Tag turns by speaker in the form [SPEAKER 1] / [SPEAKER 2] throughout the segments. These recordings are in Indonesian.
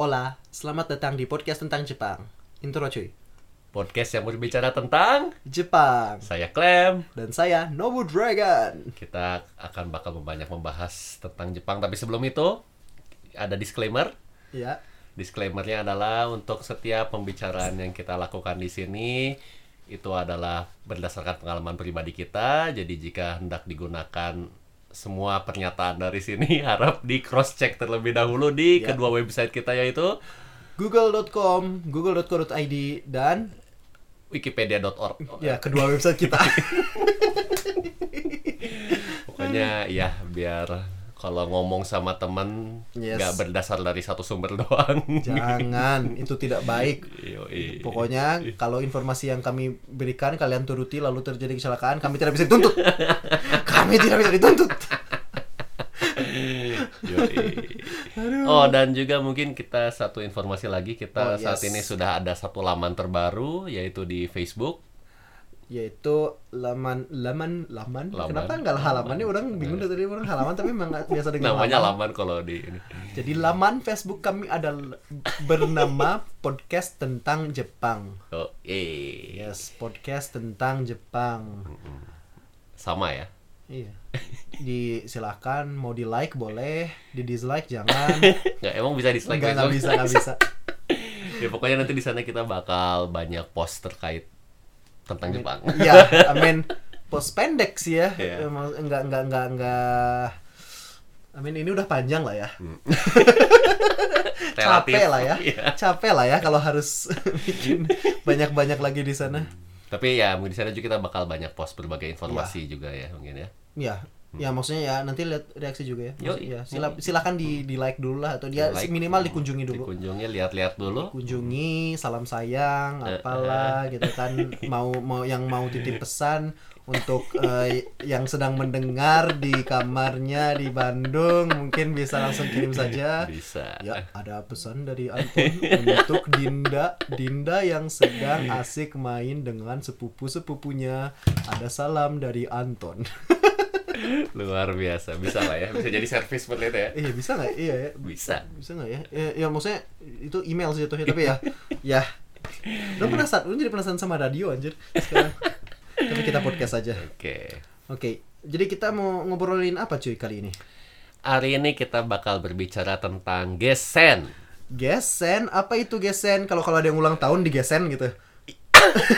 [SPEAKER 1] Hola, selamat datang di podcast tentang Jepang. Intro cuy.
[SPEAKER 2] Podcast yang berbicara tentang
[SPEAKER 1] Jepang.
[SPEAKER 2] saya Clem.
[SPEAKER 1] Dan saya Nobu Dragon.
[SPEAKER 2] Kita akan bakal banyak membahas tentang Jepang, tapi sebelum itu ada disclaimer.
[SPEAKER 1] Ya.
[SPEAKER 2] Disclaimernya adalah untuk setiap pembicaraan yang kita lakukan di sini itu adalah berdasarkan pengalaman pribadi kita. Jadi jika hendak digunakan semua pernyataan dari sini harap di cross check terlebih dahulu di
[SPEAKER 1] Ya.
[SPEAKER 2] kedua website kita yaitu
[SPEAKER 1] Google.com, google.co.id dan
[SPEAKER 2] wikipedia.org.
[SPEAKER 1] ya kedua website kita.
[SPEAKER 2] Pokoknya ya biar kalau ngomong sama temen
[SPEAKER 1] Yes.
[SPEAKER 2] nggak berdasar dari satu sumber doang.
[SPEAKER 1] Jangan, itu tidak baik.
[SPEAKER 2] Yoi.
[SPEAKER 1] Pokoknya kalau informasi yang kami berikan kalian turuti lalu terjadi kecelakaan, kami tidak bisa dituntut. Kami tidak bisa dituntut.
[SPEAKER 2] Yoi. Oh dan juga mungkin kita satu informasi lagi kita
[SPEAKER 1] Oh, yes.
[SPEAKER 2] saat ini sudah ada satu laman terbaru yaitu di Facebook.
[SPEAKER 1] Yaitu laman laman laman.
[SPEAKER 2] Laman.
[SPEAKER 1] Kenapa nggak halamannya orang bingung dari tadi orang halaman tapi memang nggak biasa dengan
[SPEAKER 2] Namanya laman kalau di ini.
[SPEAKER 1] Jadi laman Facebook kami ada l- bernama podcast tentang Jepang.
[SPEAKER 2] Yoi.
[SPEAKER 1] Yes, podcast tentang Jepang.
[SPEAKER 2] Sama ya.
[SPEAKER 1] Iya. Di silakan mau di like boleh, di dislike jangan.
[SPEAKER 2] Nggak, emang bisa dislike
[SPEAKER 1] Enggak nggak
[SPEAKER 2] Facebook?
[SPEAKER 1] bisa nggak bisa.
[SPEAKER 2] Ya pokoknya nanti di sana kita bakal banyak post terkait tentang Jepang.
[SPEAKER 1] Iya, I mean post pendek sih ya.
[SPEAKER 2] Iya.
[SPEAKER 1] Emang enggak enggak enggak enggak I mean ini udah panjang lah ya.
[SPEAKER 2] Hmm. Relatif.
[SPEAKER 1] Capek lah ya.
[SPEAKER 2] Iya.
[SPEAKER 1] Capek lah ya kalau harus bikin banyak-banyak lagi di sana.
[SPEAKER 2] Tapi ya mungkin di sana juga kita bakal banyak post berbagai informasi
[SPEAKER 1] Iya.
[SPEAKER 2] juga ya mungkin ya.
[SPEAKER 1] Ya, ya maksudnya ya nanti lihat reaksi juga ya. Maksud-
[SPEAKER 2] Hmm. Yoi.
[SPEAKER 1] ya sila, silakan di di like dulu lah atau dia
[SPEAKER 2] Like,
[SPEAKER 1] minimal Ya, dikunjungi dulu.
[SPEAKER 2] Dikunjungi lihat-lihat dulu.
[SPEAKER 1] Kunjungi, salam sayang,
[SPEAKER 2] Eh,
[SPEAKER 1] apalah gitu kan. Mau mau yang mau titip pesan untuk eh, yang sedang mendengar di kamarnya di Bandung mungkin bisa langsung kirim saja.
[SPEAKER 2] Bisa.
[SPEAKER 1] Ya, ada pesan dari Anton untuk Dinda. Dinda yang sedang
[SPEAKER 2] Iya.
[SPEAKER 1] asik main dengan sepupu-sepupunya. Ada salam dari Anton.
[SPEAKER 2] Luar biasa. Bisa lah ya. Bisa jadi service buat itu ya.
[SPEAKER 1] Iya bisa nggak? Iya ya.
[SPEAKER 2] Bisa.
[SPEAKER 1] Bisa nggak ya? ya? ya, maksudnya itu email sih jatuhnya tapi ya, ya. Lo penasaran? Lo jadi penasaran sama radio anjir sekarang. tapi kita podcast aja. Oke,
[SPEAKER 2] Oke.
[SPEAKER 1] jadi kita mau ngobrolin apa cuy kali ini?
[SPEAKER 2] Hari ini kita bakal berbicara tentang gesen.
[SPEAKER 1] Gesen, apa itu gesen? Kalau kalau ada yang ulang tahun digesen gitu.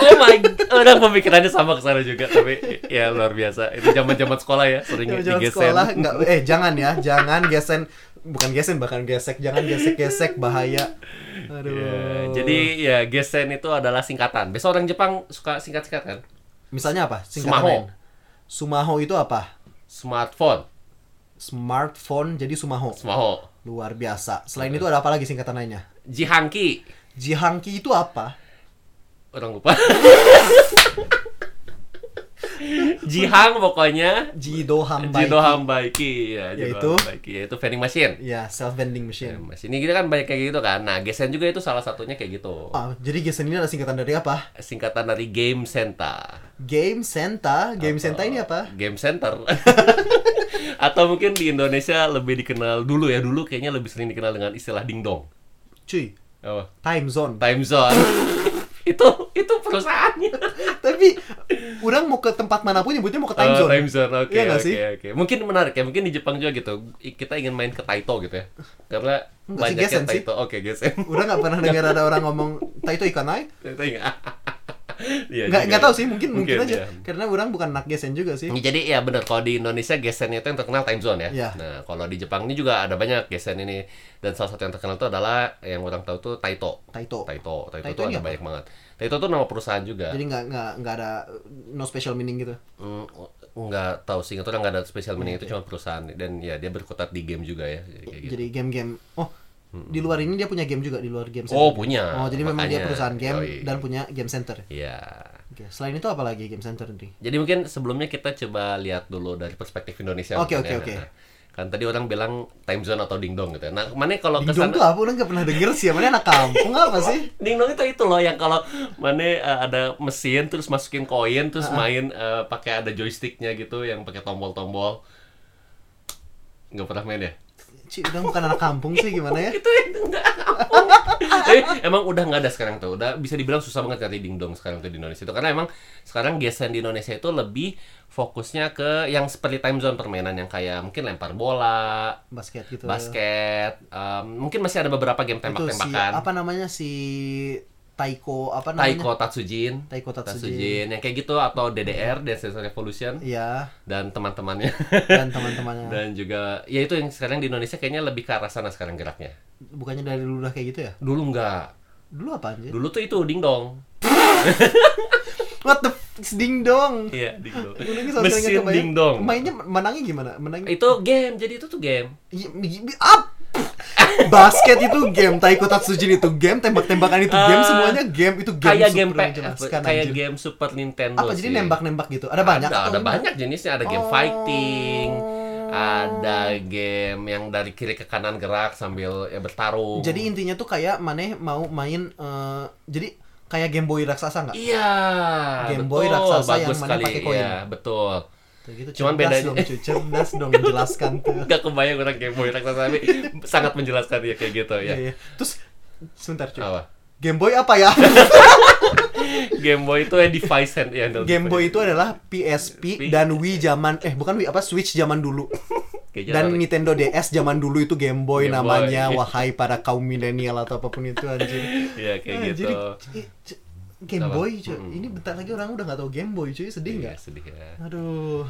[SPEAKER 2] Oh my god. Orang pemikirannya sama ke sana juga tapi ya luar biasa. Itu zaman-zaman sekolah ya sering
[SPEAKER 1] Jaman-jaman
[SPEAKER 2] digesen.
[SPEAKER 1] sekolah nggak? Eh jangan ya, jangan gesen. Bukan gesen, bahkan gesek. Jangan gesek-gesek bahaya. Aduh.
[SPEAKER 2] Ya, jadi ya gesen itu adalah singkatan. Biasa orang Jepang suka singkat-singkat kan?
[SPEAKER 1] misalnya apa?
[SPEAKER 2] Sumaho.
[SPEAKER 1] lain. Sumaho itu apa?
[SPEAKER 2] Smartphone,
[SPEAKER 1] Smartphone jadi Sumaho.
[SPEAKER 2] Smaho,
[SPEAKER 1] Luar biasa. Selain itu ada apa lagi singkatan lainnya?
[SPEAKER 2] Jihangki.
[SPEAKER 1] Jihangki itu apa?
[SPEAKER 2] Orang lupa. Jihang pokoknya
[SPEAKER 1] Jido Hambaiki.
[SPEAKER 2] Jido Hambaiki ya, Jido
[SPEAKER 1] Yaitu?
[SPEAKER 2] Hambaiki yaitu vending machine.
[SPEAKER 1] Ya, self vending machine.
[SPEAKER 2] Mas ini kita kan banyak kayak gitu kan. Nah, Gesen juga itu salah satunya kayak gitu.
[SPEAKER 1] Ah, jadi Gesen ini ada singkatan dari apa?
[SPEAKER 2] Singkatan dari Game Center. Eh,
[SPEAKER 1] Game Senta. Game Senta ini apa?
[SPEAKER 2] Game Center. Atau mungkin di Indonesia lebih dikenal dulu ya dulu kayaknya lebih sering dikenal dengan istilah dingdong.
[SPEAKER 1] Cuy,
[SPEAKER 2] Oh,
[SPEAKER 1] time zone.
[SPEAKER 2] time zone. itu itu perusahaannya.
[SPEAKER 1] Tapi orang mau ke tempat manapun nyebutnya mau ke time
[SPEAKER 2] Oh,
[SPEAKER 1] zone.
[SPEAKER 2] time zone. Oke,
[SPEAKER 1] Iya nggak
[SPEAKER 2] oke,
[SPEAKER 1] sih?
[SPEAKER 2] oke. Mungkin menarik ya. Mungkin di Jepang juga gitu. I- Kita ingin main ke Taito gitu ya. Karena
[SPEAKER 1] Nggak sih,
[SPEAKER 2] banyaknya
[SPEAKER 1] Gesen sih.
[SPEAKER 2] Taito. Oke, Gesen.
[SPEAKER 1] Orang nggak pernah dengar ada orang ngomong Taito Ikanai.
[SPEAKER 2] Taito enggak. Iya.
[SPEAKER 1] Nggak
[SPEAKER 2] juga
[SPEAKER 1] nggak
[SPEAKER 2] ya.
[SPEAKER 1] tahu sih, mungkin mungkin, aja.
[SPEAKER 2] ya.
[SPEAKER 1] Karena orang bukan anak Gesen juga sih.
[SPEAKER 2] Ya, Jadi ya benar kalau di Indonesia gesen itu yang terkenal time zone ya.
[SPEAKER 1] Iya.
[SPEAKER 2] Nah, kalau di Jepang ini juga ada banyak gesen ini dan salah satu yang terkenal itu adalah yang orang tahu tuh Taito.
[SPEAKER 1] Taito.
[SPEAKER 2] Taito, ya. Taito,
[SPEAKER 1] Taito
[SPEAKER 2] tuh
[SPEAKER 1] ini
[SPEAKER 2] ada
[SPEAKER 1] apa?
[SPEAKER 2] banyak banget. Taito tuh nama perusahaan juga.
[SPEAKER 1] Jadi nggak nggak nggak ada uh, no special meaning gitu.
[SPEAKER 2] Mm, nggak tahu sih, itu orang nggak ada spesial meaning itu cuma perusahaan dan ya dia berkutat di game juga ya. Jadi kayak gitu.
[SPEAKER 1] Jadi game-game. Oh, di luar ini dia punya game juga di luar game
[SPEAKER 2] Oh, punya.
[SPEAKER 1] Oh, jadi memang dia
[SPEAKER 2] Makanya.
[SPEAKER 1] perusahaan game
[SPEAKER 2] Yoi.
[SPEAKER 1] dan punya game center.
[SPEAKER 2] Iya.
[SPEAKER 1] Oke, selain itu apa lagi game center nih?
[SPEAKER 2] Jadi mungkin sebelumnya kita coba lihat dulu dari perspektif Indonesia.
[SPEAKER 1] Oke,
[SPEAKER 2] mungkin
[SPEAKER 1] oke,
[SPEAKER 2] ya.
[SPEAKER 1] oke.
[SPEAKER 2] Kan tadi orang bilang time zone atau dingdong gitu ya. Nah, mana kalau
[SPEAKER 1] Dingdong
[SPEAKER 2] kesana
[SPEAKER 1] tuh apa? Udah gak pernah denger sih, mana anak kampung apa sih?
[SPEAKER 2] Dingdong itu itu loh yang kalau mana eh, ada mesin terus masukin koin terus main eh, pakai ada joysticknya gitu yang pakai tombol-tombol nggak pernah main ya
[SPEAKER 1] Ci udah bukan anak kampung sih gimana ya?
[SPEAKER 2] itu enggak kampung. Tapi Eh, emang udah nggak ada sekarang tuh udah bisa dibilang susah banget cari dingdong sekarang tuh di Indonesia itu karena emang sekarang geser di Indonesia itu lebih fokusnya ke yang seperti time zone permainan yang kayak mungkin lempar bola
[SPEAKER 1] Basket gitu.
[SPEAKER 2] basket em, mungkin masih ada beberapa game
[SPEAKER 1] Itu si
[SPEAKER 2] tembak-tembakan
[SPEAKER 1] apa namanya si Taiko apa namanya?
[SPEAKER 2] Taiko Tatsujin
[SPEAKER 1] Taiko Tatsujin.
[SPEAKER 2] Tatsujin yang kayak gitu atau DDR Dance Dance Revolution
[SPEAKER 1] Iya,
[SPEAKER 2] dan teman-temannya
[SPEAKER 1] dan teman-temannya.
[SPEAKER 2] dan juga ya itu yang sekarang di Indonesia kayaknya lebih ke arah sana sekarang geraknya
[SPEAKER 1] Bukannya dari dulu udah kayak gitu ya?
[SPEAKER 2] dulu nggak
[SPEAKER 1] Dulu apa anjir?
[SPEAKER 2] dulu tuh itu dingdong
[SPEAKER 1] What the f- ding dong.
[SPEAKER 2] Iya, dingdong.
[SPEAKER 1] nggak
[SPEAKER 2] Mesin
[SPEAKER 1] kebayang.
[SPEAKER 2] dingdong.
[SPEAKER 1] Mainnya menangnya gimana? Menangnya
[SPEAKER 2] Itu game, jadi itu tuh game.
[SPEAKER 1] Y- y- up. Basket itu game, taiko tatsujin itu game, tembak-tembakan itu game,
[SPEAKER 2] Ah,
[SPEAKER 1] semuanya game itu game.
[SPEAKER 2] kayak
[SPEAKER 1] super
[SPEAKER 2] game P-
[SPEAKER 1] menjelaskan,
[SPEAKER 2] kayak
[SPEAKER 1] anjir.
[SPEAKER 2] game Super Nintendo.
[SPEAKER 1] Apa jadi
[SPEAKER 2] sih.
[SPEAKER 1] nembak-nembak gitu? Ada banyak
[SPEAKER 2] Ada,
[SPEAKER 1] atau
[SPEAKER 2] ada
[SPEAKER 1] gimana?
[SPEAKER 2] banyak jenisnya, ada game
[SPEAKER 1] Oh.
[SPEAKER 2] fighting, ada game yang dari kiri ke kanan gerak sambil ya bertarung.
[SPEAKER 1] Jadi intinya tuh kayak maneh mau main eh, jadi kayak Game Boy raksasa nggak?
[SPEAKER 2] Iya,
[SPEAKER 1] Game
[SPEAKER 2] betul.
[SPEAKER 1] Boy raksasa
[SPEAKER 2] Bagus
[SPEAKER 1] yang mana
[SPEAKER 2] sekali.
[SPEAKER 1] pakai koin.
[SPEAKER 2] Iya, betul.
[SPEAKER 1] Tuh Gitu,
[SPEAKER 2] Cuman
[SPEAKER 1] cerdas
[SPEAKER 2] bedanya- Oh,
[SPEAKER 1] dong, cuy, cerdas dong menjelaskan tuh.
[SPEAKER 2] Gak kebayang orang Game Boy raksasa tapi sangat menjelaskan ya kayak gitu
[SPEAKER 1] Iya,
[SPEAKER 2] ya.
[SPEAKER 1] iya. Terus sebentar cuy.
[SPEAKER 2] Apa?
[SPEAKER 1] Game Boy apa ya?
[SPEAKER 2] Game Boy itu ya device hand ya.
[SPEAKER 1] Game Boy itu adalah PSP dan Wii zaman eh bukan Wii apa Switch zaman dulu
[SPEAKER 2] Kayaknya
[SPEAKER 1] dan
[SPEAKER 2] tarik.
[SPEAKER 1] Nintendo DS zaman dulu itu Game Boy
[SPEAKER 2] Ya, Game Boy.
[SPEAKER 1] namanya wahai para kaum milenial atau apapun itu anjir.
[SPEAKER 2] Iya kayak
[SPEAKER 1] Ah,
[SPEAKER 2] gitu.
[SPEAKER 1] Jadi c- c- Game
[SPEAKER 2] Apa?
[SPEAKER 1] Boy cuy.
[SPEAKER 2] Mm-mm.
[SPEAKER 1] Ini bentar lagi orang udah nggak tahu Game Boy cuy, sedih
[SPEAKER 2] Iya,
[SPEAKER 1] nggak?
[SPEAKER 2] sedih ya.
[SPEAKER 1] Aduh.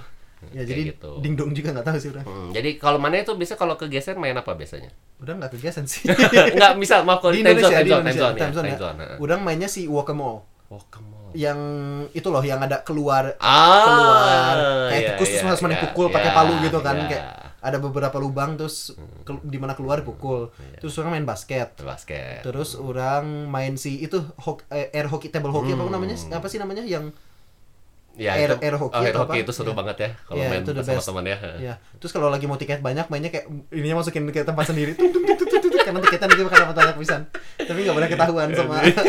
[SPEAKER 1] Ya
[SPEAKER 2] Kayak
[SPEAKER 1] jadi
[SPEAKER 2] gitu.
[SPEAKER 1] dingdong juga nggak tahu sih udah.
[SPEAKER 2] Hmm, jadi kalau mana itu biasa kalau kegeser main apa biasanya?
[SPEAKER 1] Udah nggak kegiatan sih.
[SPEAKER 2] Enggak, misal maaf kalau
[SPEAKER 1] di
[SPEAKER 2] Oh, di time zone,
[SPEAKER 1] Indonesia, di
[SPEAKER 2] time zone, time
[SPEAKER 1] Indonesia,
[SPEAKER 2] zone, ya,
[SPEAKER 1] time zone
[SPEAKER 2] time
[SPEAKER 1] ya. Iya,
[SPEAKER 2] zone. heeh.
[SPEAKER 1] Udang mainnya si Wakamoo
[SPEAKER 2] Oh, come on.
[SPEAKER 1] yang itu loh yang ada keluar
[SPEAKER 2] Ah,
[SPEAKER 1] keluar kayak
[SPEAKER 2] iya,
[SPEAKER 1] tikus terus
[SPEAKER 2] iya,
[SPEAKER 1] harus
[SPEAKER 2] iya,
[SPEAKER 1] dipukul
[SPEAKER 2] iya,
[SPEAKER 1] pakai palu gitu kan
[SPEAKER 2] iya.
[SPEAKER 1] kayak ada beberapa lubang terus ke- di mana keluar dipukul
[SPEAKER 2] Hmm, iya.
[SPEAKER 1] terus orang main basket
[SPEAKER 2] basket.
[SPEAKER 1] terus orang main si itu hok- eh, air hockey table hockey apa
[SPEAKER 2] Hmm.
[SPEAKER 1] namanya apa sih namanya yang
[SPEAKER 2] Ya,
[SPEAKER 1] air-
[SPEAKER 2] itu,
[SPEAKER 1] air hockey
[SPEAKER 2] oh, air
[SPEAKER 1] atau
[SPEAKER 2] hockey
[SPEAKER 1] apa?
[SPEAKER 2] itu seru
[SPEAKER 1] Iya.
[SPEAKER 2] banget ya kalau
[SPEAKER 1] Iya,
[SPEAKER 2] main
[SPEAKER 1] itu the
[SPEAKER 2] sama
[SPEAKER 1] best.
[SPEAKER 2] teman ya. heeh.
[SPEAKER 1] ya terus kalau lagi mau tiket banyak mainnya kayak ininya masukin ke tempat sendiri tuh tuh tuh tuh tuh, tuh, karena tiketnya nanti bakal dapat banyak pisan tapi nggak boleh ketahuan sama Iya.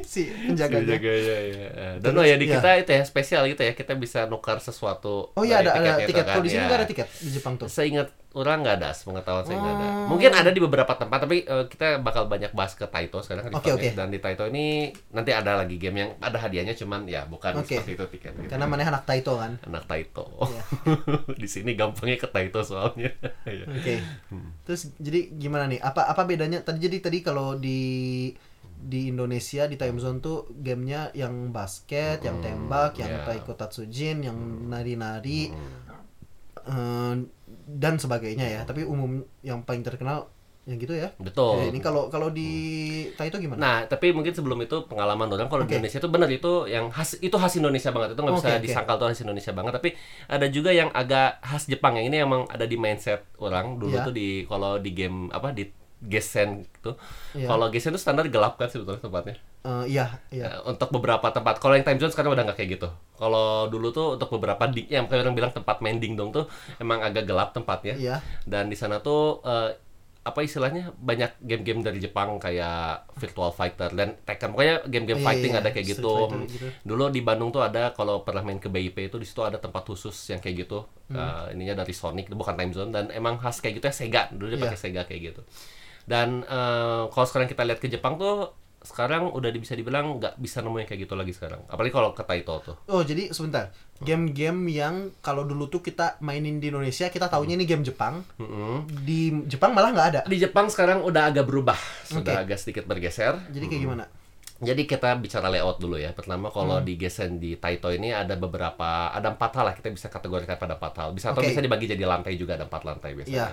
[SPEAKER 1] si penjaganya
[SPEAKER 2] Jaga ya, ya. Dan
[SPEAKER 1] Terus,
[SPEAKER 2] oh ya di
[SPEAKER 1] iya.
[SPEAKER 2] kita itu ya spesial gitu ya, kita bisa nukar sesuatu.
[SPEAKER 1] oh iya
[SPEAKER 2] dari
[SPEAKER 1] ada ada
[SPEAKER 2] tiketnya itu
[SPEAKER 1] tiket iya. kalau di sini
[SPEAKER 2] ya.
[SPEAKER 1] nggak ada tiket di Jepang tuh
[SPEAKER 2] Seingat orang nggak ada, sepengetahuan saya nggak ada.
[SPEAKER 1] Hmm.
[SPEAKER 2] Mungkin ada di beberapa tempat, tapi eh, kita bakal banyak bahas ke Taito sekarang.
[SPEAKER 1] Oke,
[SPEAKER 2] Rivalnya.
[SPEAKER 1] oke.
[SPEAKER 2] Dan di Taito ini nanti ada lagi game yang ada hadiahnya, cuman ya bukan
[SPEAKER 1] Oke.
[SPEAKER 2] seperti itu tiket. gitu.
[SPEAKER 1] karena mana anak Taito kan
[SPEAKER 2] anak Taito.
[SPEAKER 1] Iya.
[SPEAKER 2] di sini gampangnya ke Taito soalnya. Iya.
[SPEAKER 1] Oke. Terus jadi gimana nih? Apa apa bedanya? Tadi jadi tadi kalau di di Indonesia di time zone tuh gamenya yang basket, yang
[SPEAKER 2] Hmm,
[SPEAKER 1] tembak, yang
[SPEAKER 2] ya.
[SPEAKER 1] taiko tatsujin, yang nari-nari
[SPEAKER 2] Hmm.
[SPEAKER 1] eh, dan sebagainya ya. Tapi umum yang paling terkenal yang gitu ya.
[SPEAKER 2] Betul.
[SPEAKER 1] Ya, ini kalau kalau di Taito gimana?
[SPEAKER 2] Oh. Nah, tapi mungkin sebelum itu pengalaman orang kalau
[SPEAKER 1] Oke.
[SPEAKER 2] di Indonesia itu benar itu yang khas itu khas Indonesia banget. Itu nggak bisa
[SPEAKER 1] Oke, oke.
[SPEAKER 2] disangkal tuh khas Indonesia banget, tapi ada juga yang agak khas Jepang yang ini emang ada di mindset orang dulu
[SPEAKER 1] Iya.
[SPEAKER 2] tuh di kalau di game apa di Gesen tuh.
[SPEAKER 1] Iya.
[SPEAKER 2] Kalau Gesen tuh standar gelap kan sebetulnya tempatnya.
[SPEAKER 1] Eh, iya, iya.
[SPEAKER 2] Eh, Untuk beberapa tempat. Kalau yang time zone sekarang udah nggak kayak gitu. Kalau dulu tuh untuk beberapa di yang kayak orang bilang tempat main dingdong tuh emang agak gelap tempatnya.
[SPEAKER 1] Iya.
[SPEAKER 2] Dan di sana tuh eh, apa istilahnya banyak game-game dari Jepang kayak Virtual Fighter dan Tekken. Pokoknya
[SPEAKER 1] Iya,
[SPEAKER 2] game-game
[SPEAKER 1] iya,
[SPEAKER 2] fighting
[SPEAKER 1] iya.
[SPEAKER 2] ada kayak
[SPEAKER 1] Street
[SPEAKER 2] gitu.
[SPEAKER 1] Fighter gitu.
[SPEAKER 2] Dulu di Bandung tuh ada kalau pernah main ke BIP itu di situ ada tempat khusus yang kayak gitu.
[SPEAKER 1] Hmm.
[SPEAKER 2] Eh, ininya dari Sonic bukan time zone dan emang khas kayak gitu ya Sega. Dulu dia
[SPEAKER 1] Iya.
[SPEAKER 2] pakai Sega kayak gitu. Dan eh, kalau sekarang kita lihat ke Jepang tuh sekarang udah di- bisa dibilang nggak bisa nemu yang kayak gitu lagi sekarang. Apalagi kalau ke Taito tuh.
[SPEAKER 1] Oh, jadi sebentar.
[SPEAKER 2] Hmm.
[SPEAKER 1] Game-game yang kalau dulu tuh kita mainin di Indonesia, kita taunya ini game Jepang.
[SPEAKER 2] Mm-mm.
[SPEAKER 1] Di Jepang malah nggak ada.
[SPEAKER 2] Di Jepang sekarang udah agak berubah, sudah
[SPEAKER 1] Oke.
[SPEAKER 2] agak sedikit bergeser.
[SPEAKER 1] Jadi kayak gimana?
[SPEAKER 2] Jadi kita bicara layout dulu ya. Pertama kalau
[SPEAKER 1] Hmm.
[SPEAKER 2] di Gesen di Taito ini ada beberapa, ada empat hal lah kita bisa kategorikan pada empat hal. Bisa atau
[SPEAKER 1] Oke.
[SPEAKER 2] bisa dibagi jadi lantai juga ada empat lantai biasanya.
[SPEAKER 1] Iya.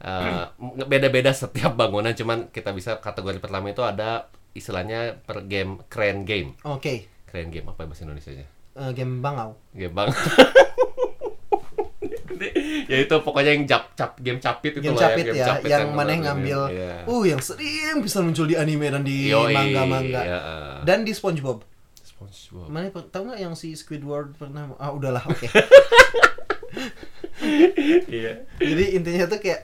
[SPEAKER 2] Eh, m- beda-beda setiap bangunan, cuman kita bisa kategori pertama itu ada istilahnya per game keren game,
[SPEAKER 1] Oke.
[SPEAKER 2] keren game apa ya bahasa Indonesia-nya?
[SPEAKER 1] Eh, game bangau.
[SPEAKER 2] Game bang. ya itu pokoknya yang cap cap game capit itu
[SPEAKER 1] Game
[SPEAKER 2] loh ya,
[SPEAKER 1] capit
[SPEAKER 2] game
[SPEAKER 1] ya, yang mana
[SPEAKER 2] benar-benar
[SPEAKER 1] ngambil
[SPEAKER 2] ini. Iya.
[SPEAKER 1] uh yang sering bisa muncul di anime dan di
[SPEAKER 2] Yoi,
[SPEAKER 1] manga-manga.
[SPEAKER 2] iya.
[SPEAKER 1] Dan di SpongeBob.
[SPEAKER 2] SpongeBob.
[SPEAKER 1] Mana tahu nggak yang si Squidward pernah ah udahlah oke.
[SPEAKER 2] Iya.
[SPEAKER 1] Jadi intinya tuh kayak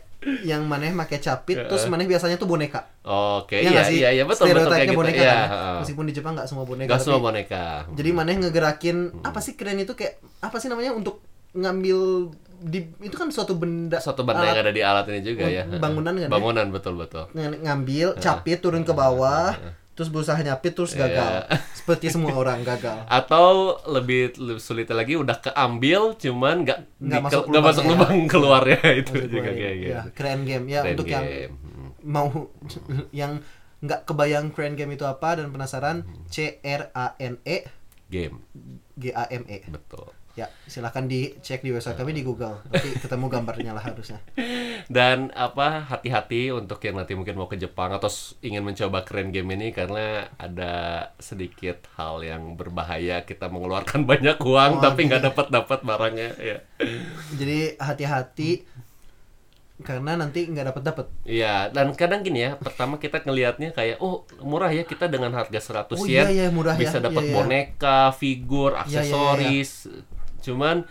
[SPEAKER 1] yang maneh pakai capit terus maneh biasanya tuh boneka.
[SPEAKER 2] Oke,
[SPEAKER 1] Ya
[SPEAKER 2] iya,
[SPEAKER 1] nggak sih?
[SPEAKER 2] iya, iya, betul, betul kayak
[SPEAKER 1] Stereotipnya
[SPEAKER 2] gitu.
[SPEAKER 1] boneka
[SPEAKER 2] Iya,
[SPEAKER 1] kan.
[SPEAKER 2] heeh.
[SPEAKER 1] Meskipun di Jepang nggak semua boneka.
[SPEAKER 2] Nggak semua Hmm.
[SPEAKER 1] tapi-
[SPEAKER 2] boneka.
[SPEAKER 1] Jadi maneh ngegerakin apa sih keren itu kayak apa sih namanya untuk ngambil di itu kan suatu benda
[SPEAKER 2] Suatu benda yang
[SPEAKER 1] alat
[SPEAKER 2] ada di alat ini juga ya.
[SPEAKER 1] bangunan kan ya?
[SPEAKER 2] Bangunan betul-betul.
[SPEAKER 1] ng- ngambil capit turun ke bawah terus berusaha nyapit terus gagal
[SPEAKER 2] Ah. Iya.
[SPEAKER 1] seperti semua orang gagal
[SPEAKER 2] Atau lebih, lebih sulitnya lagi udah keambil cuman nggak
[SPEAKER 1] Nggak
[SPEAKER 2] di-
[SPEAKER 1] masuk
[SPEAKER 2] nggak masuk
[SPEAKER 1] lubangnya.
[SPEAKER 2] lubang keluarnya itu
[SPEAKER 1] Maksud
[SPEAKER 2] juga
[SPEAKER 1] gue,
[SPEAKER 2] kayak gitu.
[SPEAKER 1] ya, keren game ya
[SPEAKER 2] Keren
[SPEAKER 1] untuk yang
[SPEAKER 2] game. Hmm.
[SPEAKER 1] mau yang nggak kebayang keren game itu apa dan penasaran
[SPEAKER 2] Hmm.
[SPEAKER 1] C R A N E
[SPEAKER 2] game
[SPEAKER 1] G A M E
[SPEAKER 2] betul.
[SPEAKER 1] ya silahkan dicek di website kami di Google nanti ketemu gambarnya lah harusnya
[SPEAKER 2] Dan apa hati-hati untuk yang nanti mungkin mau ke Jepang atau s- ingin mencoba keren game ini karena ada sedikit hal yang berbahaya kita mengeluarkan banyak
[SPEAKER 1] Oh,
[SPEAKER 2] uang tapi
[SPEAKER 1] iya.
[SPEAKER 2] nggak dapat dapat barangnya ya.
[SPEAKER 1] jadi hati-hati karena nanti nggak dapat dapat
[SPEAKER 2] Iya, dan kadang gini ya, pertama kita ngelihatnya kayak oh murah ya kita dengan harga 100
[SPEAKER 1] Oh,
[SPEAKER 2] yen
[SPEAKER 1] iya, iya, murah ya.
[SPEAKER 2] bisa dapat
[SPEAKER 1] Iya, iya.
[SPEAKER 2] boneka, figur,
[SPEAKER 1] Iya, iya, iya, iya.
[SPEAKER 2] aksesoris. Cuman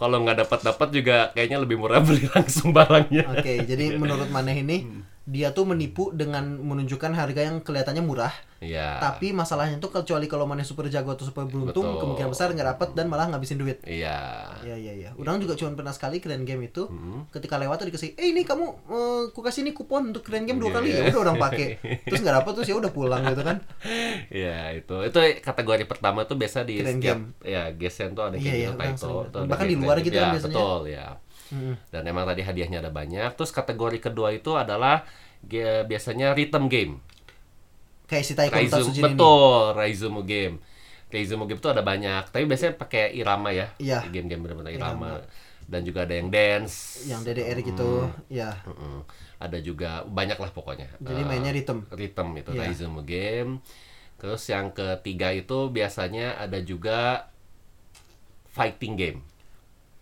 [SPEAKER 2] kalau nggak dapat dapat juga kayaknya lebih murah beli langsung barangnya.
[SPEAKER 1] oke jadi
[SPEAKER 2] Iya.
[SPEAKER 1] menurut Maneh ini
[SPEAKER 2] Hmm.
[SPEAKER 1] dia tuh menipu dengan menunjukkan harga yang kelihatannya murah
[SPEAKER 2] Iya.
[SPEAKER 1] tapi masalahnya tuh kecuali kalau Maneh super jago atau super beruntung
[SPEAKER 2] Betul.
[SPEAKER 1] kemungkinan besar nggak dapat dan malah ngabisin duit
[SPEAKER 2] Iya.
[SPEAKER 1] Iya iya iya. Udang juga cuma pernah sekali keren game itu.
[SPEAKER 2] Hmm.
[SPEAKER 1] Ketika lewat tuh dikasih, "Eh ini kamu eh, ku kasih ini kupon untuk keren game dua
[SPEAKER 2] Iya,
[SPEAKER 1] kali."
[SPEAKER 2] iya.
[SPEAKER 1] Ya udah orang pakai. Terus nggak dapat terus ya udah pulang gitu kan.
[SPEAKER 2] Iya, itu. Itu kategori pertama tuh biasa di
[SPEAKER 1] Keren
[SPEAKER 2] setiap ya gesen tuh ada
[SPEAKER 1] Iya,
[SPEAKER 2] kayak
[SPEAKER 1] iya,
[SPEAKER 2] gitu
[SPEAKER 1] orang
[SPEAKER 2] title.
[SPEAKER 1] sering.
[SPEAKER 2] tuh ada
[SPEAKER 1] Bahkan di
[SPEAKER 2] kayak
[SPEAKER 1] luar
[SPEAKER 2] keren
[SPEAKER 1] gitu
[SPEAKER 2] game.
[SPEAKER 1] kan
[SPEAKER 2] Ya,
[SPEAKER 1] biasanya.
[SPEAKER 2] Betul, ya.
[SPEAKER 1] Mm.
[SPEAKER 2] Dan emang tadi hadiahnya ada banyak. Terus kategori kedua itu adalah ge- biasanya rhythm game.
[SPEAKER 1] Kayak si Taiko
[SPEAKER 2] Raizu,
[SPEAKER 1] Tatsujin Eh, ini.
[SPEAKER 2] betul, Raizumu game. Raizumu game itu ada banyak, tapi biasanya pakai irama ya.
[SPEAKER 1] Iya.
[SPEAKER 2] Game-game benar-benar
[SPEAKER 1] Irama.
[SPEAKER 2] irama. Dan juga ada yang dance.
[SPEAKER 1] Yang DDR gitu.
[SPEAKER 2] Hmm.
[SPEAKER 1] Ya.
[SPEAKER 2] Mm-mm. Ada juga banyak lah pokoknya.
[SPEAKER 1] Jadi
[SPEAKER 2] Eh,
[SPEAKER 1] mainnya rhythm.
[SPEAKER 2] Rhythm itu
[SPEAKER 1] Iya.
[SPEAKER 2] Raizumu game. Terus yang ketiga itu biasanya ada juga fighting game.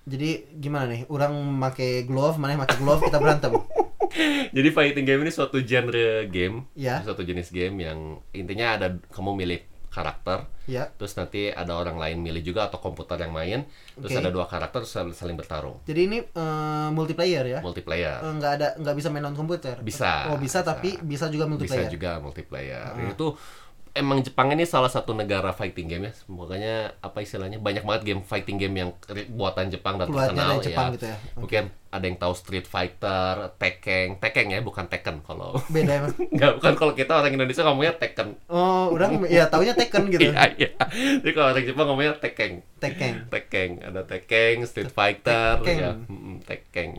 [SPEAKER 1] Jadi gimana nih? Orang make glove, mana make glove kita berantem.
[SPEAKER 2] Jadi fighting game ini suatu genre game,
[SPEAKER 1] Iya.
[SPEAKER 2] suatu jenis game yang intinya ada kamu milih karakter,
[SPEAKER 1] ya.
[SPEAKER 2] terus nanti ada orang lain milih juga atau komputer yang main, terus
[SPEAKER 1] Oke.
[SPEAKER 2] ada dua karakter terus sal- saling bertarung,
[SPEAKER 1] Jadi ini eh, multiplayer ya. Eh,
[SPEAKER 2] multiplayer.
[SPEAKER 1] Nggak ada nggak bisa main non komputer.
[SPEAKER 2] Bisa,
[SPEAKER 1] Oh, bisa,
[SPEAKER 2] bisa.
[SPEAKER 1] tapi bisa juga
[SPEAKER 2] Bisa
[SPEAKER 1] multiplayer.
[SPEAKER 2] juga multiplayer.
[SPEAKER 1] Ah.
[SPEAKER 2] Itu emang Jepang ini salah satu negara fighting game ya. Makanya apa istilahnya banyak banget game fighting game yang ri- buatan Jepang dan
[SPEAKER 1] Keluarnya
[SPEAKER 2] terkenal
[SPEAKER 1] dari Jepang
[SPEAKER 2] ya.
[SPEAKER 1] gitu ya. Oke.
[SPEAKER 2] Mungkin ada yang tahu Street Fighter, Tekken, Tekken ya bukan Tekken kalau
[SPEAKER 1] Beda emang.
[SPEAKER 2] nggak bukan kalau kita orang Indonesia ngomongnya Tekken.
[SPEAKER 1] Oh, orang ya taunya Tekken gitu.
[SPEAKER 2] Iya iya. Jadi kalau orang Jepang ngomongnya Tekken.
[SPEAKER 1] Tekken.
[SPEAKER 2] Tekeng, ada Tekeng, Street Fighter,
[SPEAKER 1] Tekeng.
[SPEAKER 2] ya, mm, Tekeng.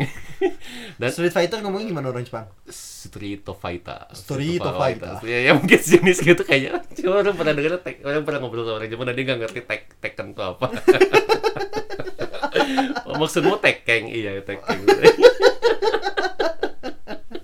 [SPEAKER 2] Dan
[SPEAKER 1] Street Fighter ngomongnya gimana orang Jepang?
[SPEAKER 2] Street of Fighter.
[SPEAKER 1] Street of Fighter.
[SPEAKER 2] Ya, ya mungkin sejenis gitu kayaknya. Cuma orang pernah dengar tek, orang pernah ngobrol sama orang Jepang dan dia nggak ngerti tek, Tekken itu apa. oh, maksudmu Tekeng, iya Tekeng.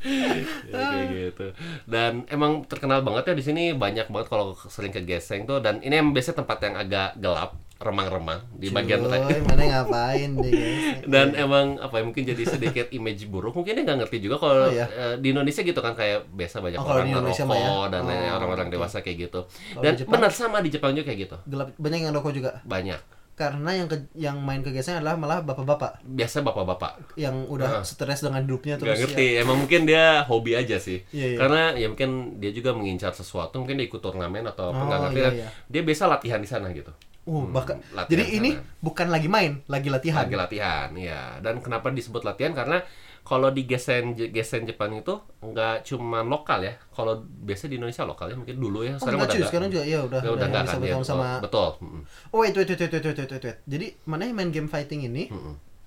[SPEAKER 2] Ya, kayak gitu. Dan emang terkenal banget ya di sini banyak banget kalau sering ke Geseng tuh dan ini emang biasanya tempat yang agak gelap, remang-remang di bagian
[SPEAKER 1] Cuy,
[SPEAKER 2] terakhir.
[SPEAKER 1] mana ngapain deh guys.
[SPEAKER 2] dan
[SPEAKER 1] Iya.
[SPEAKER 2] emang apa ya mungkin jadi sedikit image buruk mungkin dia nggak ngerti juga
[SPEAKER 1] Oh,
[SPEAKER 2] kalau
[SPEAKER 1] iya.
[SPEAKER 2] eh, di Indonesia gitu kan kayak biasa banyak
[SPEAKER 1] Oh, kalau
[SPEAKER 2] orang
[SPEAKER 1] di Indonesia
[SPEAKER 2] merokok
[SPEAKER 1] mah ya.
[SPEAKER 2] dan
[SPEAKER 1] Oh,
[SPEAKER 2] lain-lain, orang-orang
[SPEAKER 1] oke.
[SPEAKER 2] dewasa kayak gitu
[SPEAKER 1] Kalau
[SPEAKER 2] dan
[SPEAKER 1] di Jepang?
[SPEAKER 2] benar sama di Jepang juga kayak gitu
[SPEAKER 1] gelap banyak yang rokok juga
[SPEAKER 2] banyak
[SPEAKER 1] karena yang ke, yang main ke guysnya adalah malah bapak-bapak
[SPEAKER 2] biasa bapak-bapak
[SPEAKER 1] yang udah stres dengan hidupnya terus ya.
[SPEAKER 2] nggak ngerti emang mungkin dia hobi aja sih
[SPEAKER 1] Iya, iya.
[SPEAKER 2] karena ya mungkin dia juga mengincar sesuatu mungkin dia ikut turnamen atau apa
[SPEAKER 1] Oh,
[SPEAKER 2] nggak ngerti
[SPEAKER 1] iya,
[SPEAKER 2] dan
[SPEAKER 1] iya.
[SPEAKER 2] dia biasa latihan di sana gitu
[SPEAKER 1] ya. Uh, bahkan
[SPEAKER 2] latihan
[SPEAKER 1] jadi
[SPEAKER 2] sana.
[SPEAKER 1] ini bukan lagi main lagi latihan
[SPEAKER 2] lagi latihan ya dan kenapa disebut latihan karena kalau di gesen gesen Jepang itu nggak cuma lokal ya kalau biasa di Indonesia lokal ya mungkin dulu ya
[SPEAKER 1] oh enggak cuy
[SPEAKER 2] nggak.
[SPEAKER 1] sekarang juga iya udah
[SPEAKER 2] udah, udah nggak
[SPEAKER 1] bisa
[SPEAKER 2] kan ya,
[SPEAKER 1] bersama sama
[SPEAKER 2] betul, betul. Mm-mm.
[SPEAKER 1] oh wait wait wait wait wait wait, wait, wait. jadi mana yang main game fighting ini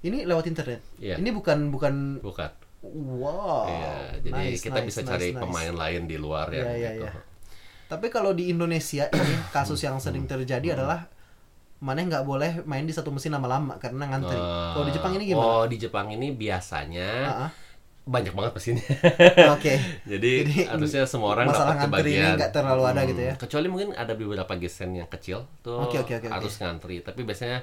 [SPEAKER 1] ini lewat internet
[SPEAKER 2] Hmm. Iya.
[SPEAKER 1] ini bukan bukan
[SPEAKER 2] bukan
[SPEAKER 1] wow
[SPEAKER 2] Iya, jadi
[SPEAKER 1] Oh, Nice,
[SPEAKER 2] kita
[SPEAKER 1] nice,
[SPEAKER 2] bisa
[SPEAKER 1] nice,
[SPEAKER 2] cari
[SPEAKER 1] nice.
[SPEAKER 2] pemain lain di luar ya,
[SPEAKER 1] Iya, iya,
[SPEAKER 2] gitu.
[SPEAKER 1] iya. Tapi kalau di Indonesia ini
[SPEAKER 2] Hmm.
[SPEAKER 1] kasus yang sering terjadi adalah mana nggak boleh main di satu mesin lama-lama karena ngantri.
[SPEAKER 2] Eh,
[SPEAKER 1] Kalau di Jepang ini gimana?
[SPEAKER 2] Oh, di Jepang ini biasanya
[SPEAKER 1] Ah, ah.
[SPEAKER 2] banyak banget mesinnya.
[SPEAKER 1] Oke.
[SPEAKER 2] Jadi,
[SPEAKER 1] Jadi,
[SPEAKER 2] harusnya semua orang
[SPEAKER 1] masalah ngantri ini
[SPEAKER 2] dapat kebagian. Hmm.
[SPEAKER 1] nggak terlalu ada gitu ya?
[SPEAKER 2] Kecuali mungkin ada beberapa gesen yang kecil tuh
[SPEAKER 1] Oke, oke, oke, oke.
[SPEAKER 2] harus ngantri, tapi biasanya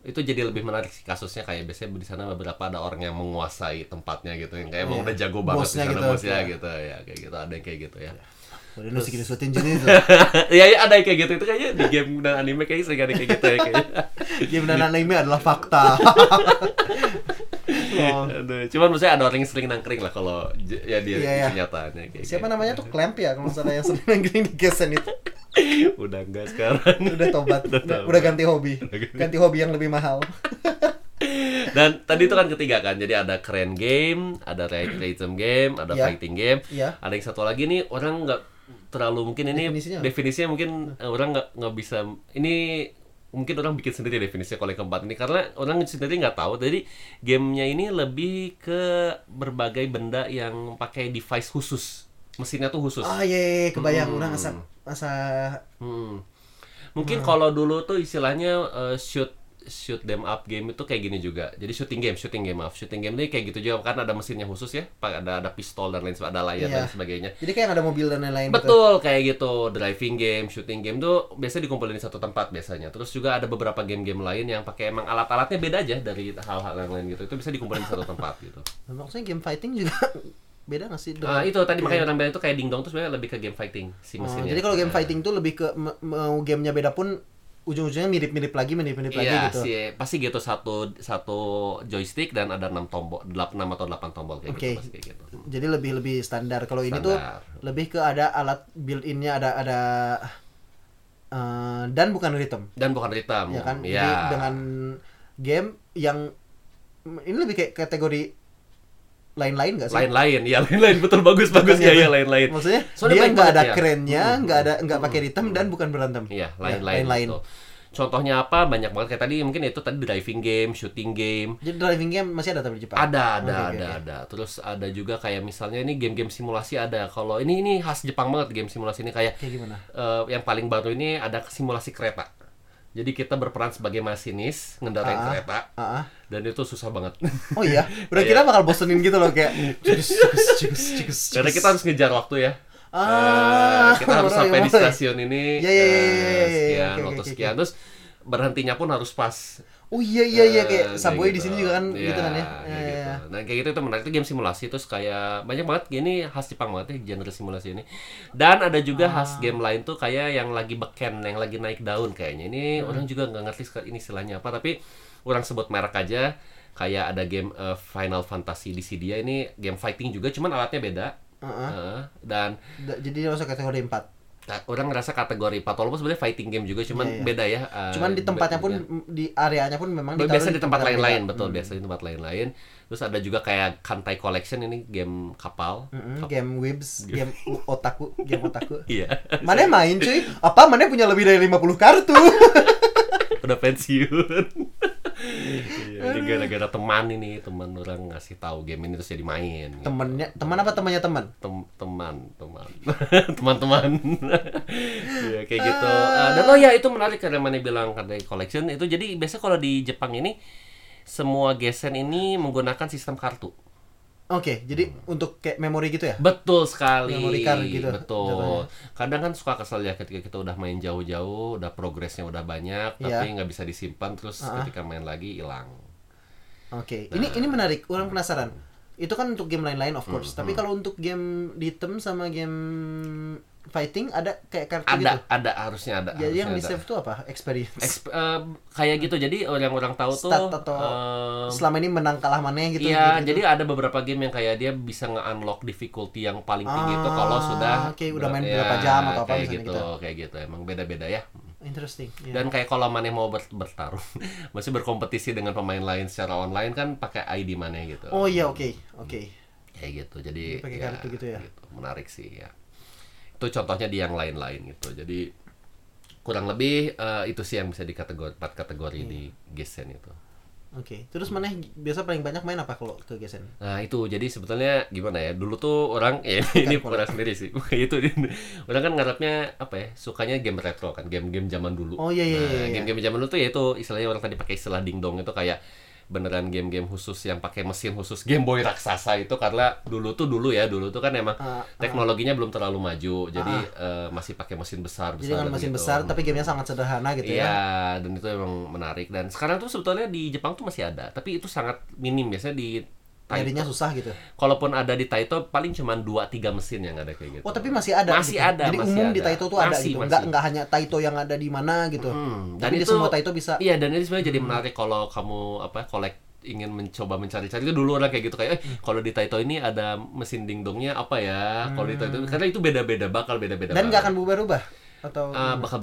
[SPEAKER 2] itu jadi lebih menarik sih kasusnya kayak biasanya di sana beberapa ada orang yang menguasai tempatnya gitu yang kayak
[SPEAKER 1] Iya.
[SPEAKER 2] emang udah jago banget
[SPEAKER 1] Bosnya
[SPEAKER 2] di sana
[SPEAKER 1] gitu,
[SPEAKER 2] bosnya
[SPEAKER 1] iya.
[SPEAKER 2] gitu ya kayak gitu ada yang kayak gitu ya.
[SPEAKER 1] Udah nasi gini suatin jadi itu.
[SPEAKER 2] Iya ya, ada yang kayak gitu itu kayaknya di game dan anime kayaknya sering ada kayak gitu ya kayaknya.
[SPEAKER 1] Dia
[SPEAKER 2] Gitu.
[SPEAKER 1] benar ini adalah fakta. Oh.
[SPEAKER 2] Aduh, cuman maksudnya ada orang yang sering nangkring lah kalau j- ya dia
[SPEAKER 1] Iya, iya.
[SPEAKER 2] kenyataannya kayak
[SPEAKER 1] Siapa namanya tuh Clamp ya kalau misalnya yang sering main di Gesen itu
[SPEAKER 2] gitu. Udah enggak sekarang.
[SPEAKER 1] udah tobat, udah,
[SPEAKER 2] tobat.
[SPEAKER 1] ganti hobi, ganti hobi yang lebih mahal.
[SPEAKER 2] Dan tadi itu kan ketiga kan, jadi ada keren game, ada rhythm game, ada
[SPEAKER 1] Hmm. Iya.
[SPEAKER 2] fighting game,
[SPEAKER 1] Iya.
[SPEAKER 2] ada yang satu lagi nih orang nggak terlalu mungkin ini
[SPEAKER 1] Definisinya apa?
[SPEAKER 2] definisinya,
[SPEAKER 1] Nah.
[SPEAKER 2] mungkin eh, orang nggak nggak bisa ini mungkin orang bikin sendiri definisinya kalau yang keempat ini karena orang sendiri nggak tahu jadi gamenya ini lebih ke berbagai benda yang pakai device khusus mesinnya tuh khusus
[SPEAKER 1] Ah iya, iya, iya, kebayang
[SPEAKER 2] Hmm.
[SPEAKER 1] orang asa asa
[SPEAKER 2] Hmm. Mungkin
[SPEAKER 1] Nah.
[SPEAKER 2] kalau dulu tuh istilahnya eh, shoot shoot them up game itu kayak gini juga. Jadi shooting game, shooting game maaf, shooting game ini kayak gitu juga kan ada mesinnya khusus ya, Pak, ada ada pistol dan lain sebagainya, ada layar
[SPEAKER 1] Iya.
[SPEAKER 2] dan sebagainya.
[SPEAKER 1] jadi kayak ada mobil dan lain-lain gitu.
[SPEAKER 2] Betul kayak gitu, driving game, shooting game tuh biasanya dikumpulin di satu tempat biasanya. Terus juga ada beberapa game-game lain yang pakai emang alat-alatnya beda aja dari hal-hal yang lain gitu. Itu bisa dikumpulin di satu tempat gitu.
[SPEAKER 1] Nah, Maksudnya game fighting juga beda nggak sih?
[SPEAKER 2] Nah, itu tadi makanya orang bilang itu kayak dingdong tuh sebenarnya lebih ke game fighting si
[SPEAKER 1] Iya. Oh,
[SPEAKER 2] mesinnya.
[SPEAKER 1] jadi kalau game
[SPEAKER 2] Nah.
[SPEAKER 1] fighting tuh lebih ke me- mau gamenya beda pun ujung-ujungnya mirip-mirip lagi, mirip-mirip lagi
[SPEAKER 2] Iya
[SPEAKER 1] gitu.
[SPEAKER 2] sih, pasti gitu satu satu joystick dan ada enam tombol, delap- enam atau delapan tombol kayak
[SPEAKER 1] Oke.
[SPEAKER 2] gitu pasti kayak gitu.
[SPEAKER 1] Jadi lebih lebih standar. Kalau ini tuh
[SPEAKER 2] Standar.
[SPEAKER 1] lebih ke ada alat built-innya ada ada eh, dan bukan rhythm,
[SPEAKER 2] Dan bukan ritam.
[SPEAKER 1] ya kan?
[SPEAKER 2] Iya.
[SPEAKER 1] Jadi dengan game yang ini lebih kayak kategori lain-lain nggak sih?
[SPEAKER 2] lain-lain, ya lain-lain betul bagus bagus ya ya lain-lain.
[SPEAKER 1] Maksudnya
[SPEAKER 2] Soalnya
[SPEAKER 1] dia
[SPEAKER 2] baik
[SPEAKER 1] nggak
[SPEAKER 2] banget
[SPEAKER 1] ada
[SPEAKER 2] ya.
[SPEAKER 1] kerennya, nggak ada nggak pakai rhythm dan bukan berantem.
[SPEAKER 2] Iya,
[SPEAKER 1] Ya,
[SPEAKER 2] lain-lain. gitu. Contohnya apa? Banyak banget kayak tadi mungkin itu tadi driving game, shooting game.
[SPEAKER 1] Jadi driving game masih ada tapi di Jepang.
[SPEAKER 2] Ada,
[SPEAKER 1] Oke,
[SPEAKER 2] ada,
[SPEAKER 1] oke,
[SPEAKER 2] ada,
[SPEAKER 1] oke.
[SPEAKER 2] ada. Terus ada juga kayak misalnya ini game-game simulasi ada. Kalau ini ini khas Jepang banget game simulasi ini kayak
[SPEAKER 1] Kayak gimana?
[SPEAKER 2] Eh, yang paling baru ini ada simulasi kereta. Jadi kita berperan sebagai masinis ngendarain
[SPEAKER 1] Ah.
[SPEAKER 2] kereta
[SPEAKER 1] Ah, ah.
[SPEAKER 2] dan itu susah banget.
[SPEAKER 1] Oh iya, udah kira bakal bosenin gitu loh kayak. Cikus,
[SPEAKER 2] Eh,
[SPEAKER 1] cikus, cikus, cikus,
[SPEAKER 2] Karena
[SPEAKER 1] cikus.
[SPEAKER 2] kita harus ngejar waktu ya.
[SPEAKER 1] Ah,
[SPEAKER 2] Eh, kita harus
[SPEAKER 1] orang
[SPEAKER 2] sampai
[SPEAKER 1] yang
[SPEAKER 2] di
[SPEAKER 1] mana ya?
[SPEAKER 2] stasiun ini
[SPEAKER 1] Ya, ya, ya,
[SPEAKER 2] eh,
[SPEAKER 1] ya, ya, ya, ya, oke,
[SPEAKER 2] sekian
[SPEAKER 1] oke,
[SPEAKER 2] waktu
[SPEAKER 1] oke, oke.
[SPEAKER 2] sekian. Terus berhentinya pun harus pas.
[SPEAKER 1] Oh iya iya iya kayak
[SPEAKER 2] Eh,
[SPEAKER 1] Subway di
[SPEAKER 2] gitu.
[SPEAKER 1] sini juga kan
[SPEAKER 2] Iya,
[SPEAKER 1] gitu kan ya.
[SPEAKER 2] kayak
[SPEAKER 1] Iya,
[SPEAKER 2] gitu.
[SPEAKER 1] iya.
[SPEAKER 2] Nah kayak gitu itu menarik itu game simulasi terus kayak banyak banget gini khas Jepang banget ya genre simulasi ini. Dan ada juga
[SPEAKER 1] Ah.
[SPEAKER 2] khas game lain tuh kayak yang lagi beken yang lagi naik daun kayaknya. Ini
[SPEAKER 1] Hmm.
[SPEAKER 2] orang juga nggak ngerti sekali ini istilahnya apa tapi orang sebut merek aja kayak ada game eh, Final Fantasy di Cydia ini game fighting juga cuman alatnya beda.
[SPEAKER 1] Heeh.
[SPEAKER 2] Eh, dan
[SPEAKER 1] Ah, Da- Jadi masuk kategori 4.
[SPEAKER 2] ta- orang ngerasa kategori 4 walaupun sebenarnya fighting game juga cuman
[SPEAKER 1] Iya, iya.
[SPEAKER 2] beda ya. eh,
[SPEAKER 1] Cuman di tempatnya pun
[SPEAKER 2] beda.
[SPEAKER 1] m- di iya. areanya pun memang ditaruh
[SPEAKER 2] biasa di tempat
[SPEAKER 1] yang
[SPEAKER 2] lain-lain
[SPEAKER 1] beda.
[SPEAKER 2] betul biasa di tempat lain-lain terus ada juga kayak Kantai Collection ini game kapal
[SPEAKER 1] Mm-mm, game Wibs, game otaku, game otaku.
[SPEAKER 2] iya
[SPEAKER 1] Mana yang main cuy? Apa mana punya lebih dari 50 kartu?
[SPEAKER 2] udah pensiun Iya, ini gara-gara teman ini teman orang ngasih tahu game ini terus jadi main
[SPEAKER 1] Temennya, teman apa temannya teman?
[SPEAKER 2] Tem- teman teman teman-teman Iya, kayak gitu Eh,
[SPEAKER 1] Ah.
[SPEAKER 2] dan oh ya itu menarik karena mana bilang Kantai Collection itu jadi biasa kalau di Jepang ini semua gesen ini menggunakan sistem kartu
[SPEAKER 1] Oke, jadi
[SPEAKER 2] Hmm.
[SPEAKER 1] untuk kayak memori gitu ya?
[SPEAKER 2] Betul sekali.
[SPEAKER 1] Memory card gitu,
[SPEAKER 2] Betul.
[SPEAKER 1] jatuhnya.
[SPEAKER 2] Kadang kan suka kesel ya ketika kita udah main jauh-jauh, udah progresnya udah banyak,
[SPEAKER 1] Iya.
[SPEAKER 2] tapi nggak bisa disimpan terus ketika main lagi hilang.
[SPEAKER 1] Oke,
[SPEAKER 2] Nah.
[SPEAKER 1] ini ini menarik. Orang penasaran. Itu kan untuk game lain-lain of course.
[SPEAKER 2] Hmm,
[SPEAKER 1] Tapi kalau untuk game item sama game fighting ada kayak kartu gitu.
[SPEAKER 2] Ada, ada harusnya ada.
[SPEAKER 1] Jadi yang
[SPEAKER 2] harusnya
[SPEAKER 1] di
[SPEAKER 2] ada.
[SPEAKER 1] save itu apa? Experience.
[SPEAKER 2] Exp- eh, kayak gitu. Jadi orang-orang tahu tuh
[SPEAKER 1] Stat atau
[SPEAKER 2] eh,
[SPEAKER 1] Selama ini menang kalah mana gitu.
[SPEAKER 2] Iya,
[SPEAKER 1] gitu-gitu.
[SPEAKER 2] jadi ada beberapa game yang kayak dia bisa nge-unlock difficulty yang paling tinggi itu
[SPEAKER 1] Ah,
[SPEAKER 2] kalau sudah
[SPEAKER 1] oke, udah main
[SPEAKER 2] ber-
[SPEAKER 1] berapa
[SPEAKER 2] ya,
[SPEAKER 1] jam atau apa
[SPEAKER 2] kayak
[SPEAKER 1] misalnya ya.
[SPEAKER 2] gitu, kayak gitu. Emang beda-beda ya.
[SPEAKER 1] interesting. Iya.
[SPEAKER 2] Dan kayak kalau Mane mau ber- bertarung, masih berkompetisi dengan pemain lain secara online kan pakai ID Mane gitu.
[SPEAKER 1] Oh iya, oke. Oke.
[SPEAKER 2] Kayak gitu. Jadi
[SPEAKER 1] Jadi pakai kartu gitu ya?
[SPEAKER 2] Menarik sih ya. Itu contohnya di yang lain-lain gitu. Jadi kurang lebih eh, itu sih yang bisa di kategori empat kategori
[SPEAKER 1] Iya.
[SPEAKER 2] di Gesen itu.
[SPEAKER 1] Oke. Terus mana yang biasa paling banyak main apa kalau ke Gesen?
[SPEAKER 2] Nah itu jadi sebetulnya gimana ya dulu tuh orang ya ini, ini orang sendiri sih itu orang kan ngarapnya apa ya sukanya game retro kan game-game zaman dulu
[SPEAKER 1] Oh, iya, iya,
[SPEAKER 2] Nah,
[SPEAKER 1] iya, iya.
[SPEAKER 2] game-game zaman dulu tuh ya itu istilahnya orang tadi pakai istilah dingdong itu kayak beneran game-game khusus yang pakai mesin khusus Game Boy raksasa itu karena dulu tuh dulu ya dulu tuh kan emang
[SPEAKER 1] Ah, ah.
[SPEAKER 2] teknologinya belum terlalu maju jadi eh, masih pakai mesin besar
[SPEAKER 1] Jadi dengan
[SPEAKER 2] besaran
[SPEAKER 1] mesin
[SPEAKER 2] gitu.
[SPEAKER 1] besar tapi gamenya sangat sederhana gitu
[SPEAKER 2] Iya,
[SPEAKER 1] ya.
[SPEAKER 2] dan itu emang menarik dan sekarang tuh sebetulnya di Jepang tuh masih ada, tapi itu sangat minim biasanya di Iya, Taito.
[SPEAKER 1] Jadinya susah gitu.
[SPEAKER 2] Kalaupun ada di Taito paling cuma 2 3 mesin yang ada kayak gitu.
[SPEAKER 1] Oh, tapi masih ada.
[SPEAKER 2] Masih
[SPEAKER 1] gitu.
[SPEAKER 2] ada,
[SPEAKER 1] Jadi
[SPEAKER 2] masih
[SPEAKER 1] umum di
[SPEAKER 2] ada.
[SPEAKER 1] Taito tuh ada
[SPEAKER 2] Masih,
[SPEAKER 1] gitu.
[SPEAKER 2] masih.
[SPEAKER 1] Enggak enggak hanya Taito yang ada di mana gitu.
[SPEAKER 2] Hmm,
[SPEAKER 1] Tapi di semua Taito bisa.
[SPEAKER 2] Iya, dan ini sebenarnya jadi
[SPEAKER 1] Hmm.
[SPEAKER 2] menarik kalau kamu apa kolek ingin mencoba mencari-cari itu dulu orang kayak gitu kayak eh
[SPEAKER 1] Hmm.
[SPEAKER 2] kalau di Taito ini ada mesin dingdongnya apa ya? Kalau di Taito karena itu beda-beda bakal beda-beda.
[SPEAKER 1] Hmm. Dan
[SPEAKER 2] banget.
[SPEAKER 1] nggak akan berubah-ubah. atau
[SPEAKER 2] Eh, bakal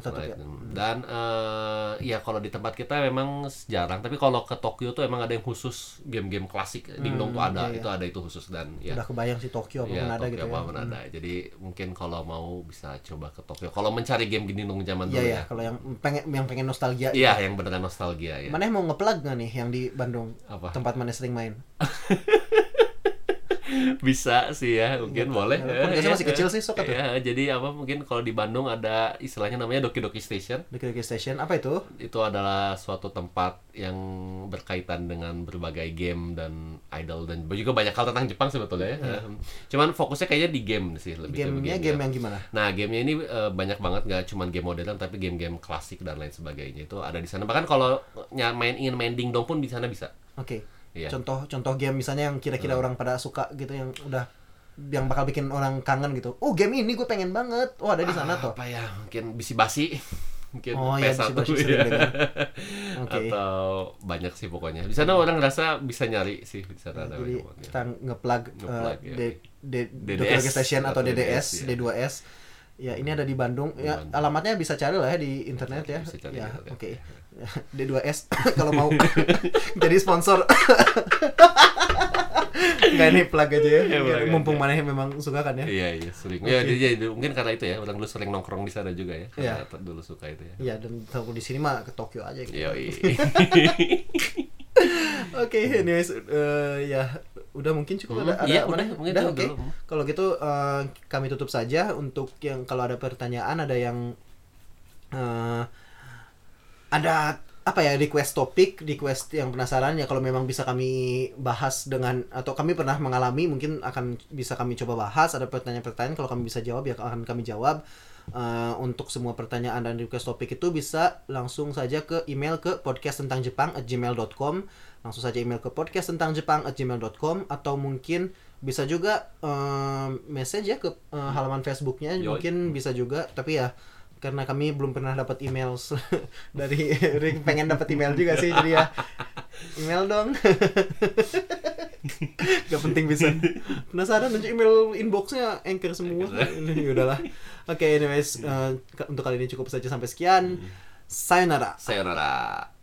[SPEAKER 1] Oh, tetap
[SPEAKER 2] Nah,
[SPEAKER 1] ya.
[SPEAKER 2] itu. Dan eh, ya kalau di tempat kita memang jarang, tapi kalau ke Tokyo tuh emang ada yang khusus game-game klasik Dingdong tuh ada,
[SPEAKER 1] iya, iya.
[SPEAKER 2] itu ada itu khusus dan ya.
[SPEAKER 1] udah kebayang si Tokyo apa
[SPEAKER 2] ya,
[SPEAKER 1] ada
[SPEAKER 2] Tokyo
[SPEAKER 1] gitu ya.
[SPEAKER 2] apa Menada. Jadi mungkin kalau mau bisa coba ke Tokyo. Kalau mencari game Dingdong
[SPEAKER 1] Iya
[SPEAKER 2] zaman dulu
[SPEAKER 1] ya,
[SPEAKER 2] ya.
[SPEAKER 1] kalau yang pengen yang pengen nostalgia.
[SPEAKER 2] Iya, yang beneran nostalgia ya.
[SPEAKER 1] Mana yang mau ngeplug nggak nih yang di Bandung?
[SPEAKER 2] Apa?
[SPEAKER 1] Tempat mana sering main?
[SPEAKER 2] bisa sih ya mungkin boleh
[SPEAKER 1] Ya, walaupun biasanya masih kecil sih, sok atuh.
[SPEAKER 2] ya, jadi apa mungkin kalau di Bandung ada istilahnya namanya Doki Doki Station
[SPEAKER 1] Di Kyoto Station apa itu?
[SPEAKER 2] itu adalah suatu tempat yang berkaitan dengan berbagai game dan idol dan juga banyak hal tentang Jepang sebetulnya ya. Cuman fokusnya kayaknya di game sih lebih ke
[SPEAKER 1] Iya. Gamenya
[SPEAKER 2] game
[SPEAKER 1] game yang gimana?
[SPEAKER 2] Nah, gamenya ini eh, banyak banget nggak cuman game modern tapi game-game klasik dan lain sebagainya itu ada di sana. Bahkan kalau ny- main ingin main dingdong pun di sana bisa.
[SPEAKER 1] Oke.
[SPEAKER 2] Iya.
[SPEAKER 1] Contoh contoh game misalnya yang kira-kira orang pada suka gitu yang udah yang bakal bikin orang kangen gitu. Oh, game ini gue pengen banget. Oh, ada di sana toh.
[SPEAKER 2] Apa ya? Mungkin bisi basi. Mungkin
[SPEAKER 1] Oh, iya,
[SPEAKER 2] PS1
[SPEAKER 1] bisi-basi sering dengar. Oke.
[SPEAKER 2] Atau banyak sih pokoknya. Di sana orang ngerasa bisa nyari sih di sana ada
[SPEAKER 1] Jadi
[SPEAKER 2] banyak banget.
[SPEAKER 1] kita nge-plug uh,
[SPEAKER 2] Nge-plug, ya.
[SPEAKER 1] D- D-
[SPEAKER 2] DDS
[SPEAKER 1] Doki Doki Station atau
[SPEAKER 2] atau
[SPEAKER 1] DDS,
[SPEAKER 2] DDS, ya.
[SPEAKER 1] D2S. Ya, ini ada di Bandung. Ya,
[SPEAKER 2] Bandung.
[SPEAKER 1] alamatnya bisa cari lah ya di internet ya.
[SPEAKER 2] Bisa cari di
[SPEAKER 1] ya,
[SPEAKER 2] internet.
[SPEAKER 1] oke. D2S kalau mau jadi sponsor. Enggak ini plug aja ya.
[SPEAKER 2] Ya, plug
[SPEAKER 1] Mumpung
[SPEAKER 2] aja.
[SPEAKER 1] maneh memang suka kan ya.
[SPEAKER 2] Iya iya sering. Ya,
[SPEAKER 1] Oke.
[SPEAKER 2] dia, jadi mungkin karena itu ya orang dulu sering nongkrong di sana juga ya.
[SPEAKER 1] Iya.
[SPEAKER 2] Karena t- dulu suka itu ya.
[SPEAKER 1] Iya, dan kalau di sini mah ke Tokyo aja gitu.
[SPEAKER 2] Yoi.
[SPEAKER 1] Oke, anyways, eh, ya udah mungkin cukup
[SPEAKER 2] Hmm,
[SPEAKER 1] ada, ada
[SPEAKER 2] iya,
[SPEAKER 1] mana?
[SPEAKER 2] udah, mungkin
[SPEAKER 1] Udah,
[SPEAKER 2] itu
[SPEAKER 1] oke.
[SPEAKER 2] dulu.
[SPEAKER 1] Kalau gitu eh, kami tutup saja untuk yang kalau ada pertanyaan, ada yang eh, ada apa ya request topik, request yang penasaran ya kalau memang bisa kami bahas dengan atau kami pernah mengalami mungkin akan bisa kami coba bahas ada pertanyaan-pertanyaan kalau kami bisa jawab ya akan kami jawab. Eh, untuk semua pertanyaan dan request topik itu bisa langsung saja ke email ke podcast tentang Jepang gmail.com langsung saja email ke podcast tentang Jepang gmail.com atau mungkin bisa juga em, message ya ke eh, halaman Facebooknya
[SPEAKER 2] Yoi.
[SPEAKER 1] mungkin bisa juga tapi ya karena kami belum pernah dapat email se- dari Rick pengen dapat email juga sih jadi ya email dong gak penting bisa penasaran aja email inboxnya anchor semua ya udahlah Hmm. oke anyways eh, untuk kali ini cukup saja sampai sekian sayonara
[SPEAKER 2] Sayonara.